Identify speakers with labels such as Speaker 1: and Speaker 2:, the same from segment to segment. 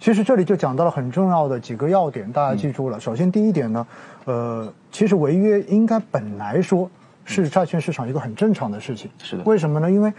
Speaker 1: 其实这里就讲到了很重要的几个要点，
Speaker 2: 嗯
Speaker 1: 大家记住了。首先第一点呢，呃，其实违约应该本来说是债券市场一个很正常的事情。
Speaker 2: 嗯是的
Speaker 1: 为什么呢？因为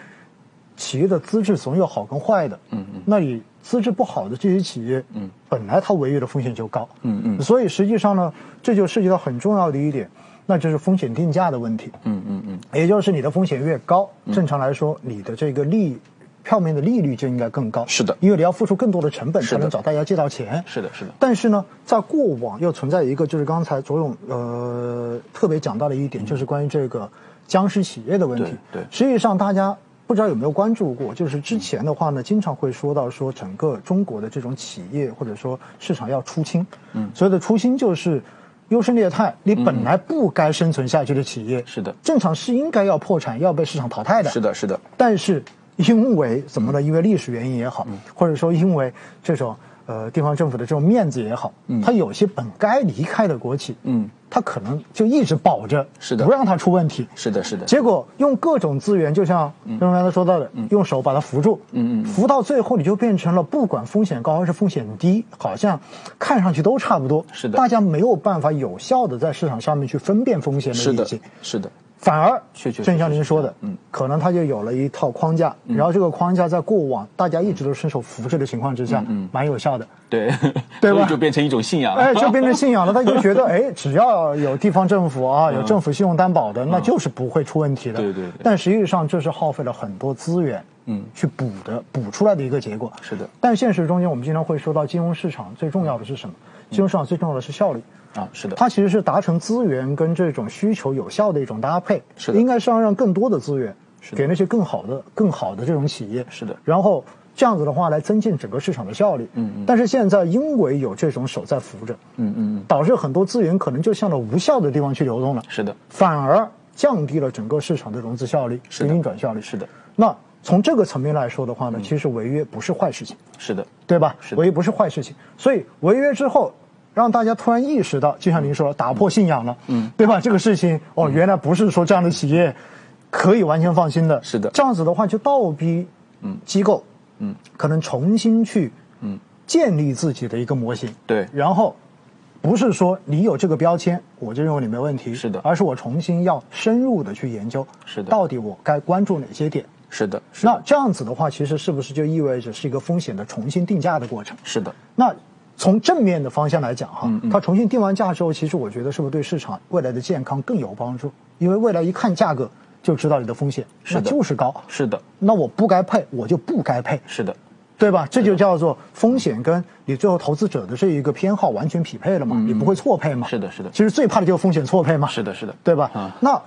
Speaker 1: 企业的资质总有好跟坏的。
Speaker 2: 嗯嗯
Speaker 1: 那你资质不好的这些企业，
Speaker 2: 嗯，
Speaker 1: 本来它违约的风险就高。
Speaker 2: 嗯嗯
Speaker 1: 所以实际上呢，这就涉及到很重要的一点，那就是风险定价的问题。
Speaker 2: 嗯嗯嗯，
Speaker 1: 也就是你的风险越高，正常来说，你的这个利票面的利率就应该更高。
Speaker 2: 是的
Speaker 1: 因为你要付出更多的成本
Speaker 2: 是
Speaker 1: 才
Speaker 2: 的
Speaker 1: 能找大家借到钱。
Speaker 2: 是的是的
Speaker 1: 但是呢，在过往又存在一个，就是刚才左总呃特别讲到的一点，就是关于这个僵尸企业的问题。
Speaker 2: 嗯对对
Speaker 1: 实际上大家。不知道有没有关注过，就是
Speaker 2: 嗯
Speaker 1: 之前的话呢，经常会说到说整个中国的这种企业或者说市场要出清，嗯，所谓的出清就是优胜劣汰，你本来不该生存下去的企业，
Speaker 2: 嗯是的
Speaker 1: 正常是应该要破产、要被市场淘汰的。
Speaker 2: 是的，嗯是的，
Speaker 1: 但是因为怎么呢？因为历史原因也好，
Speaker 2: 嗯
Speaker 1: 或者说因为这种呃地方政府的这种面子也好，它有些本该离开的国企，
Speaker 2: 嗯，
Speaker 1: 它可能就一直保着，
Speaker 2: 是的
Speaker 1: 不让它出问题。
Speaker 2: 是的，是的，
Speaker 1: 结果用各种资源，就像刚才说到的，用手把它扶住，
Speaker 2: 嗯嗯嗯嗯
Speaker 1: 扶到最后你就变成了不管风险高还是风险低，好像看上去都差不多。
Speaker 2: 是的
Speaker 1: 大家没有办法有效的在市场上面去分辨风险的
Speaker 2: 是
Speaker 1: 利
Speaker 2: 的
Speaker 1: 弊，，
Speaker 2: 是的，
Speaker 1: 反而
Speaker 2: 确确实
Speaker 1: 正像您说的，
Speaker 2: 嗯，
Speaker 1: 可能它就有了一套框架，然后这个框架在过往大家一直都伸手扶持的情况之下，
Speaker 2: 嗯
Speaker 1: 蛮有效的。
Speaker 2: 对，
Speaker 1: 对吧
Speaker 2: 所以就变成一种信仰了。
Speaker 1: 哎，就变成信仰了。他就觉 得，哎，只要有地方政府啊，有政府信用担保的，那就是不会出问题的。
Speaker 2: 嗯对对对
Speaker 1: 但实际上，这是耗费了很多资源，
Speaker 2: 嗯
Speaker 1: 去补的，补出来的一个结果。
Speaker 2: 是的
Speaker 1: 但现实中间，我们经常会说到金融市场最重要的是什么？
Speaker 2: 嗯
Speaker 1: 金融市场最重要的是效率。
Speaker 2: 啊，是的，
Speaker 1: 它其实是达成资源跟这种需求有效的一种搭配，
Speaker 2: 是的
Speaker 1: 应该是要让更多的资源
Speaker 2: 是的
Speaker 1: 给那些更好的、更好的这种企业，
Speaker 2: 是的
Speaker 1: 然后这样子的话来增进整个市场的效率。
Speaker 2: 嗯嗯
Speaker 1: 但是现在因为有这种手在扶着，
Speaker 2: 嗯嗯嗯，
Speaker 1: 导致很多资源可能就向着无效的地方去流动了，
Speaker 2: 是的，
Speaker 1: 反而降低了整个市场的融资效率、
Speaker 2: 是的
Speaker 1: 运转效率。
Speaker 2: 是的，嗯
Speaker 1: 那从这个层面来说的话呢，其实违约不是坏事情。
Speaker 2: 是的，
Speaker 1: 对吧
Speaker 2: 是？的
Speaker 1: 违约不是坏事情，所以违约之后，让大家突然意识到，就像您说，打破信仰了，嗯，对吧？这个事情
Speaker 2: 嗯
Speaker 1: 哦，原来不是说这样的企业可以完全放心的，
Speaker 2: 是的
Speaker 1: 这样子的话，就倒逼嗯机构
Speaker 2: 嗯
Speaker 1: 可能重新去
Speaker 2: 嗯
Speaker 1: 建立自己的一个模型，
Speaker 2: 对
Speaker 1: 然后。不是说你有这个标签，我就认为你没问题，
Speaker 2: 是的
Speaker 1: 而是我重新要深入的去研究，
Speaker 2: 是的
Speaker 1: 到底我该关注哪些点？
Speaker 2: 是的，是
Speaker 1: 那
Speaker 2: 的，
Speaker 1: 这样子的话，其实是不是就意味着是一个风险的重新定价的过程？
Speaker 2: 是的，
Speaker 1: 那从正面的方向来讲哈，
Speaker 2: 嗯嗯
Speaker 1: 它重新定完价之后，其实我觉得是不是对市场未来的健康更有帮助？因为未来一看价格就知道你的风险，
Speaker 2: 是的
Speaker 1: 那就是高，
Speaker 2: 是的，
Speaker 1: 那我不该配，我就不该配，
Speaker 2: 是的，
Speaker 1: 对吧？这就叫做风险跟你最后投资者的这一个偏好完全匹配了嘛，你不会错配嘛？
Speaker 2: 嗯是的是的
Speaker 1: 其实最怕的就是风险错配嘛。
Speaker 2: 是的，是的，
Speaker 1: 对吧？
Speaker 2: 啊
Speaker 1: 那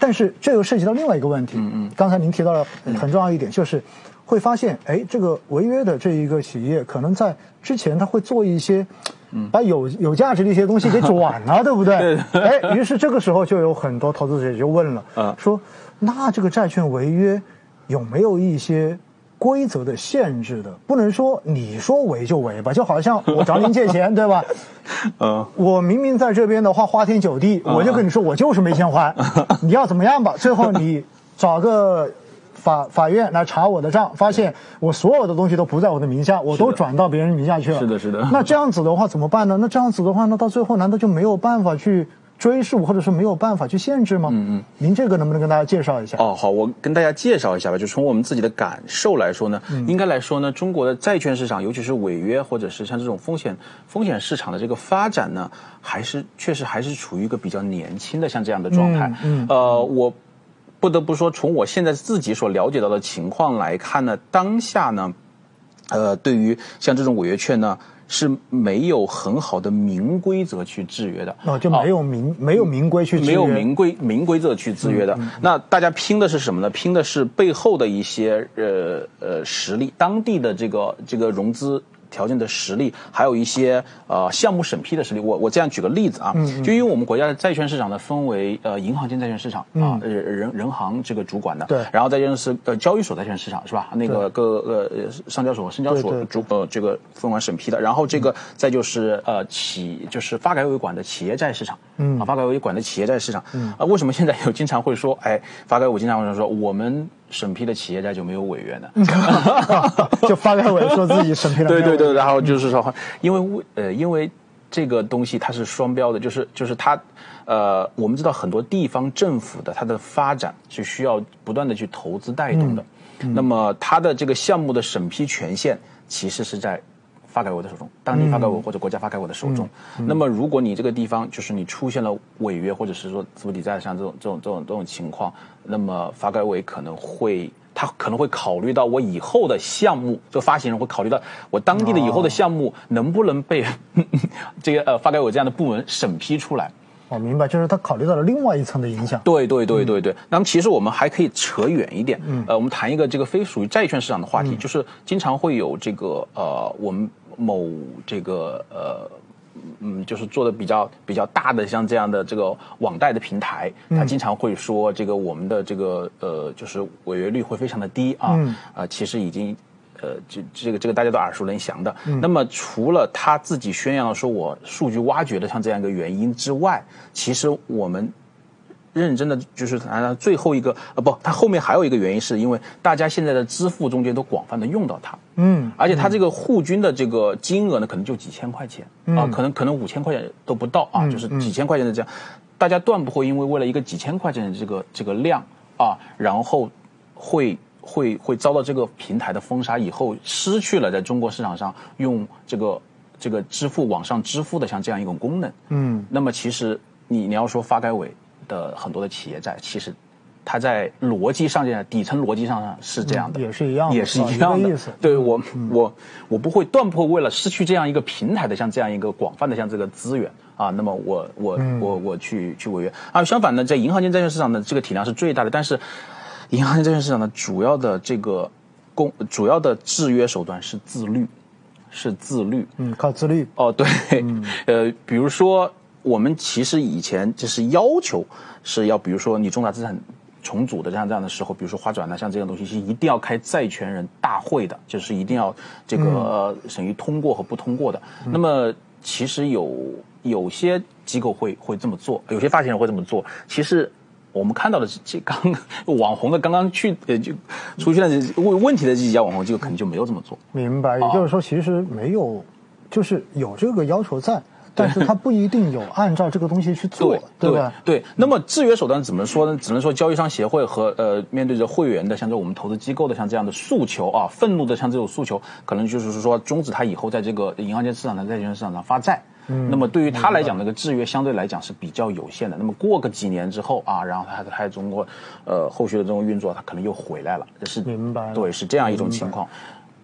Speaker 1: 但是这又涉及到另外一个问题，
Speaker 2: 嗯嗯
Speaker 1: 刚才您提到了很重要一点，就是会发现，哎，这个违约的这一个企业，可能在之前他会做一些，
Speaker 2: 嗯
Speaker 1: 把有有价值的一些东西给 转了，对不对？ 哎，于是这个时候就有很多投资者就问了，
Speaker 2: 啊
Speaker 1: 说那这个债券违约有没有一些？规则的限制的，不能说你说违就违吧，就好像我找您借 钱，对吧？
Speaker 2: 嗯，
Speaker 1: 我明明在这边的话花天酒地，
Speaker 2: 啊
Speaker 1: 我就跟你说我就是没钱 还，你要怎么样吧？最后你找个法法院来查我的账，发现我所有的东西都不在我的名下，我都转到别人名下去了。
Speaker 2: 是的是的
Speaker 1: 那这样子的话怎么办呢？那这样子的话，那到最后难道就没有办法去追溯，或者是没有办法去限制吗？嗯嗯。您这个能不能跟大家介绍一下？
Speaker 2: 哦，好，我跟大家介绍一下吧。就从我们自己的感受来说呢，
Speaker 1: 嗯
Speaker 2: 应该来说呢，中国的债券市场，尤其是违约或者是像这种风险风险市场的这个发展呢，还是确实还是处于一个比较年轻的像这样的状态。
Speaker 1: 嗯嗯
Speaker 2: 呃，我不得不说，从我现在自己所了解到的情况来看呢，当下呢，呃，对于像这种违约券呢，是没有很好的明规则去制约的。
Speaker 1: 哦那、就没有明、没有明规去制约
Speaker 2: 哦没有 明规明规则去制约
Speaker 1: 嗯
Speaker 2: 的。那大家拼的是什么呢？拼的是背后的一些呃呃实力，当地的这个这个融资。条件的实力，还有一些呃项目审批的实力。我我这样举个例子啊，
Speaker 1: 嗯
Speaker 2: 就因为我们国家的债券市场呢分为呃银行间债券市场啊，呃人人行这个主管的，
Speaker 1: 对
Speaker 2: 然后再就是呃交易所债券市场是吧？那个各呃呃上交所、深交
Speaker 1: 对
Speaker 2: 所
Speaker 1: 对
Speaker 2: 主呃这个分管审批的，然后这个再就是呃企就是发改委管的企业债市场，
Speaker 1: 嗯
Speaker 2: 呃啊发改委管的企业债市场，嗯啊为什么现在有经常会说，哎，发改委经常会说我们审批的企业家就没有违约呢？
Speaker 1: 嗯就发改委说自己审批了。
Speaker 2: 对对对，然后就是说，因为呃，因为这个东西它是双标的，就是就是它，呃，我们知道很多地方政府的它的发展是需要不断的去投资带动的，那么它的这个项目的审批权限其实是在。发改委的手中，当地发改委或者国家发改委的手中。那么，如果你这个地方就是你出现了违约，或者是说资不抵债上这种这种这种这种情况，那么发改委可能会，他可能会考虑到我以后的项目，这个发行人会考虑到我当地的以后的项目能不能被、 哦、这个呃发改委这样的部门审批出来。
Speaker 1: 我、哦、明白，就是他考虑到了另外一层的影响。
Speaker 2: 对对对对对。那么其实我们还可以扯远一点，嗯、呃，我们谈一个这个非属于债券市场的话题，嗯、就是经常会有这个呃，我们某这个呃，嗯，就是做的比较比较大的像这样的这个网贷的平台，它经常会说这个我们的这个呃，就是违约率会非常的低啊，啊、嗯呃，其实已经。呃，这这个这个大家都耳熟能详的。嗯、那么除了他自己宣扬说我数据挖掘的像这样一个原因之外，其实我们认真的就是谈最后一个呃不，它后面还有一个原因是因为大家现在的支付中间都广泛的用到它，
Speaker 1: 嗯，
Speaker 2: 而且它这个互均的这个金额呢，可能就几千块钱、嗯、啊，可能可能五千块钱都不到啊，
Speaker 1: 嗯、
Speaker 2: 就是几千块钱的这样，大家断不会因为为了一个几千块钱的这个这个量啊，然后会。会会遭到这个平台的封杀，以后失去了在中国市场上用这个这个支付网上支付的像这样一种功能。
Speaker 1: 嗯，
Speaker 2: 那么其实你你要说发改委的很多的企业债，其实它在逻辑上面底层逻辑上是这样的，
Speaker 1: 嗯、也是一样的，
Speaker 2: 也是一样的。
Speaker 1: 意思
Speaker 2: 对我、嗯、我我不会断破为了失去这样一个平台的像这样一个广泛的像这个资源。啊，那么我我、
Speaker 1: 嗯、
Speaker 2: 我我去去违约啊。相反呢，在银行间债券市场的这个体量是最大的，但是。银行债券市场的主要的这个公主要的制约手段是自律，是自律。
Speaker 1: 嗯，靠自律。
Speaker 2: 哦，对，嗯、 呃，比如说我们其实以前就是要求是要，比如说你重大资产重组的这样这样的时候，比如说花转啊呐，像这样东西是一定要开债权人大会的，就是一定要这个、
Speaker 1: 嗯
Speaker 2: 呃、审议通过和不通过的。嗯、那么其实有有些机构会会这么做，有些发行人会这么做，其实。我们看到的这刚 网红的刚刚去呃就出现了问问题的这几家网红，就肯定就没有这么做。
Speaker 1: 明白，
Speaker 2: 哦
Speaker 1: 也就是说，其实没有，哦、就是有这个要求在，但是他不一定有按照这个东西去做，
Speaker 2: 对
Speaker 1: 吧？
Speaker 2: 对。那么制约手段怎么说呢？只能说交易商协会和呃面对着会员的，像这我们投资机构的像这样的诉求啊，愤怒的像这种诉求，可能就是说终止他以后在这个银行间市场、上、债券市场上发债。
Speaker 1: 嗯、
Speaker 2: 那么对于他来讲，那个制约相对来讲是比较有限的。那么过个几年之后啊，然后他他中国，呃，后续的这种运作，他可能又回来了。这是
Speaker 1: 明白，
Speaker 2: 对，是这样一种情况。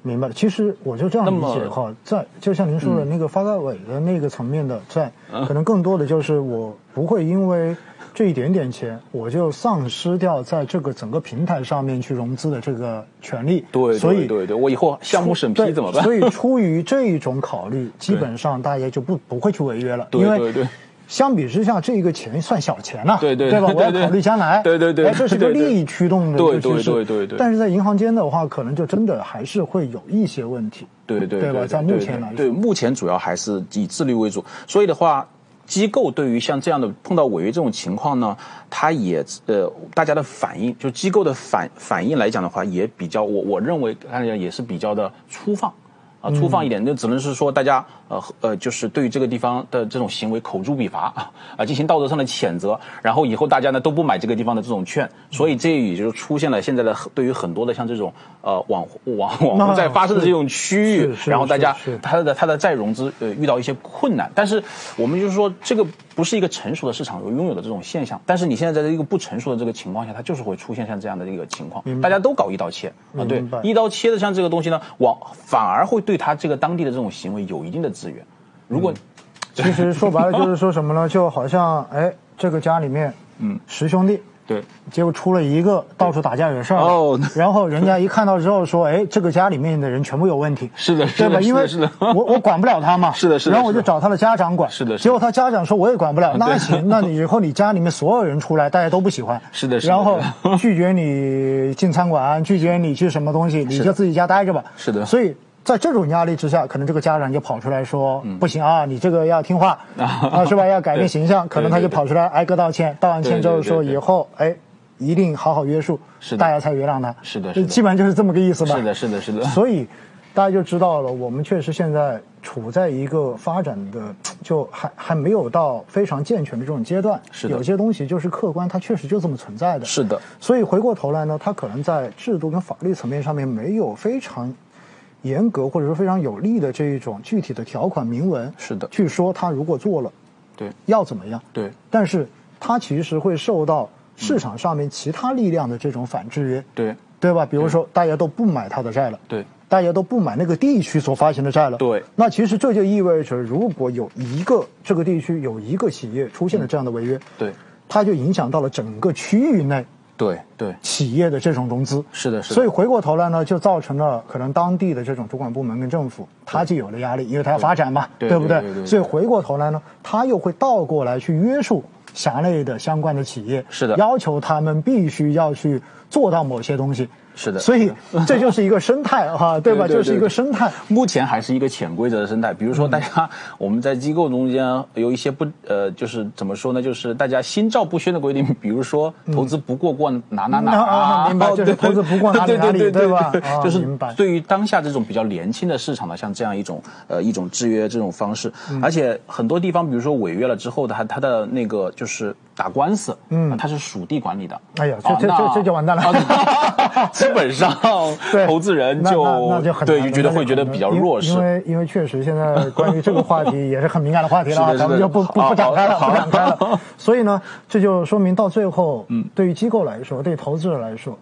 Speaker 1: 明白了，其实我就这样理解哈，在就像您说
Speaker 2: 嗯
Speaker 1: 的那个发改委的那个层面的债，嗯、可能更多的就是我不会因为这一点点钱，我就丧失掉在这个整个平台上面去融资的这个权利。
Speaker 2: 对，
Speaker 1: 所以
Speaker 2: 对对，我以后项目审批怎么办？
Speaker 1: 所以出于这一种考 虑，基本上大家就不不会去违约了，
Speaker 2: 对
Speaker 1: 因为。
Speaker 2: 对对对
Speaker 1: 相比之下，这个钱算小钱呐，
Speaker 2: 对对
Speaker 1: 对吧？我要考虑将来，哎
Speaker 2: 对对对，
Speaker 1: 这是个利益驱动的
Speaker 2: 对对对对对。
Speaker 1: 但是在银行间的话，可能就真的还是会有一些问题，
Speaker 2: 对对
Speaker 1: 对吧？在目前来说，
Speaker 2: 对目前主要还是以自律为主，所以的话，机构对于像这样的碰到违约这种情况呢，它也呃大家的反应，就机构的反反应来讲的话，也比较我我认为大家也是比较的粗放。啊，粗放一点，那只能是说大家呃呃，就是对于这个地方的这种行为口诛笔伐 啊、呃，进行道德上的谴责，然后以后大家呢都不买这个地方的这种券，所以这也就出现了现在的对于很多的像这种呃网网网红在发生的这种区域，然后大家它的它的再融资呃遇到一些困难，但是我们就是说这个不是一个成熟的市场拥有的这种现象，但是你现在在这个不成熟的这个情况下，它就是会出现像这样的这个情况，大家都搞一刀切啊，对，一刀切的像这个东西呢，往反而会。对他这个当地的这种行为有一定的资源，如果、嗯、
Speaker 1: 其实说白了就是说什么呢？就好像哎，这个家里面
Speaker 2: 嗯
Speaker 1: 十兄弟，
Speaker 2: 对，
Speaker 1: 结果出了一个到处打架惹事儿，
Speaker 2: 哦，
Speaker 1: 然后人家一看到之后说，哎，这个家里面的人全部有问 题，
Speaker 2: 是的，
Speaker 1: 对吧？因为我我管不了他嘛，
Speaker 2: 是的，是的，
Speaker 1: 然后我就找他的家长管，
Speaker 2: 是的，
Speaker 1: 结果他家长说我也管不 了，那行，那你以后你家里面所有人出来，大家都不喜欢，
Speaker 2: 是的，
Speaker 1: 然后 拒绝你进餐馆，拒绝你去什么东西，你就自己家待着吧，
Speaker 2: 是的，
Speaker 1: 所以。在这种压力之下，可能这个家长就跑出来说：“嗯、不行啊，你这个要听话啊 啊，是吧？要改变形象。”可能他就跑出来挨个道歉，道完歉之后说：“以后哎，一定好好约束，
Speaker 2: 是的
Speaker 1: 大家才原谅他。
Speaker 2: 是的是的
Speaker 1: 基本就是这么个意思吧。
Speaker 2: 是的，是的，是的，
Speaker 1: 所以大家就知道了，我们确实现在处在一个发展的，就还还没有到非常健全的这种阶段。
Speaker 2: 是的
Speaker 1: 有些东西就是客观，它确实就这么存在的。
Speaker 2: 是的，
Speaker 1: 所以回过头来呢，它可能在制度跟法律层面上面没有非常严格或者说非常有力的这一种具体的条款明文。
Speaker 2: 是的
Speaker 1: 去说他如果做了
Speaker 2: 对
Speaker 1: 要怎么样。
Speaker 2: 对
Speaker 1: 但是它其实会受到市场上面其他力量的这种反制约。
Speaker 2: 嗯对
Speaker 1: 对吧？比如说大家都不买他的债了，
Speaker 2: 对
Speaker 1: 大家都不买那个地区所发行的债了，
Speaker 2: 对
Speaker 1: 那其实这就意味着，如果有一个这个地区有一个企业出现了这样的违约，
Speaker 2: 嗯对
Speaker 1: 它就影响到了整个区域内
Speaker 2: 对对，
Speaker 1: 企业的这种融资。
Speaker 2: 是的，是的，
Speaker 1: 所以回过头来呢，就造成了可能当地的这种主管部门跟政府，它就有了压力，因为它要发展嘛，
Speaker 2: 对
Speaker 1: 不
Speaker 2: 对对对对
Speaker 1: 所以回过头来呢，它又会倒过来去约束辖内的相关的企业，
Speaker 2: 是的
Speaker 1: 要求他们必须要去做到某些东西，
Speaker 2: 是的
Speaker 1: 所以这就是一个生态哈、对吧？
Speaker 2: 对对
Speaker 1: 就是一个生态，
Speaker 2: 目前还是一个潜规则的生态。比如
Speaker 1: 嗯
Speaker 2: 说，大家、我们在机构中间有一些不呃，就是怎么说呢？就是大家心照不宣的规定，比如说投资不过过哪哪哪
Speaker 1: 嗯啊啊明白
Speaker 2: 哦
Speaker 1: 就是
Speaker 2: 对
Speaker 1: 投资不过哪里
Speaker 2: 对
Speaker 1: 哪里
Speaker 2: 对
Speaker 1: 对吧
Speaker 2: 对
Speaker 1: 啊
Speaker 2: 就是
Speaker 1: 明白
Speaker 2: 对于当下这种比较年轻的市场呢，像这样一种呃一种制约这种方式，
Speaker 1: 嗯
Speaker 2: 而且很多地方，比如说违约了之后，它它的那个就是打官司，嗯，它是属地管理的。
Speaker 1: 哎呀这
Speaker 2: 啊
Speaker 1: 这
Speaker 2: 那
Speaker 1: 这这就完蛋了
Speaker 2: 啊 基本上
Speaker 1: 对，
Speaker 2: 投资人
Speaker 1: 那
Speaker 2: 就
Speaker 1: 那那就很难
Speaker 2: 对
Speaker 1: 了
Speaker 2: 觉得
Speaker 1: 那就
Speaker 2: 会觉得
Speaker 1: 很
Speaker 2: 比较
Speaker 1: 难
Speaker 2: 弱势
Speaker 1: 因。为因为确实现在关于这个话题也是很敏感的话题了啊，
Speaker 2: 是的
Speaker 1: 咱们
Speaker 2: 是
Speaker 1: 就
Speaker 2: 的
Speaker 1: 不不
Speaker 2: 好
Speaker 1: 不展开了，
Speaker 2: 好
Speaker 1: 不
Speaker 2: 好
Speaker 1: 展开了。所以呢，这就说明到最后，嗯，对于机构来说，对于投资者来说，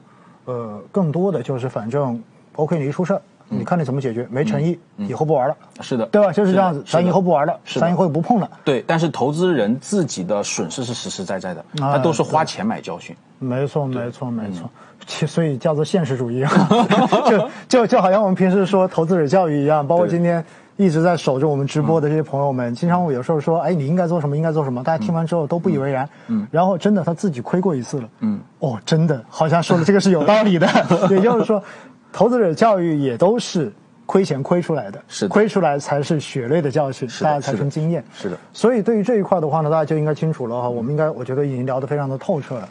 Speaker 1: 呃，更多的就是反正 OK，你一出事儿，你看你怎么解决，没诚意，以后不玩了，
Speaker 2: 是的，
Speaker 1: 对吧？就是这样子，
Speaker 2: 嗯是的
Speaker 1: 咱以后不玩了，
Speaker 2: 是的
Speaker 1: 咱以后也不碰了。
Speaker 2: 对，但是投资人自己的损失是实实在在的，
Speaker 1: 哎
Speaker 2: 他都是花钱买教训。
Speaker 1: 没错，没错，没错。
Speaker 2: 嗯
Speaker 1: 其所以叫做现实主 义， 就就就好像我们平时说投资者教育一样，包括
Speaker 2: 对嗯
Speaker 1: 今天一直在守着我们直播的这些朋友们，经常我有时候说，哎，你应该做什么，应该做什么，大家听完之后都不以为然，嗯，然后真的他自己亏过一次了，嗯，哦，真的好像说的这个是有道 理的，也就是说，投资者教育也都是。亏钱亏出来的，
Speaker 2: 是的
Speaker 1: 亏出来才是血泪的教训，
Speaker 2: 的
Speaker 1: 大家才
Speaker 2: 是的
Speaker 1: 能经验。
Speaker 2: 是的
Speaker 1: 所以对于这一块的话呢，大家就应该清楚了哈。我们应该，我觉得已经聊得非常的透彻了。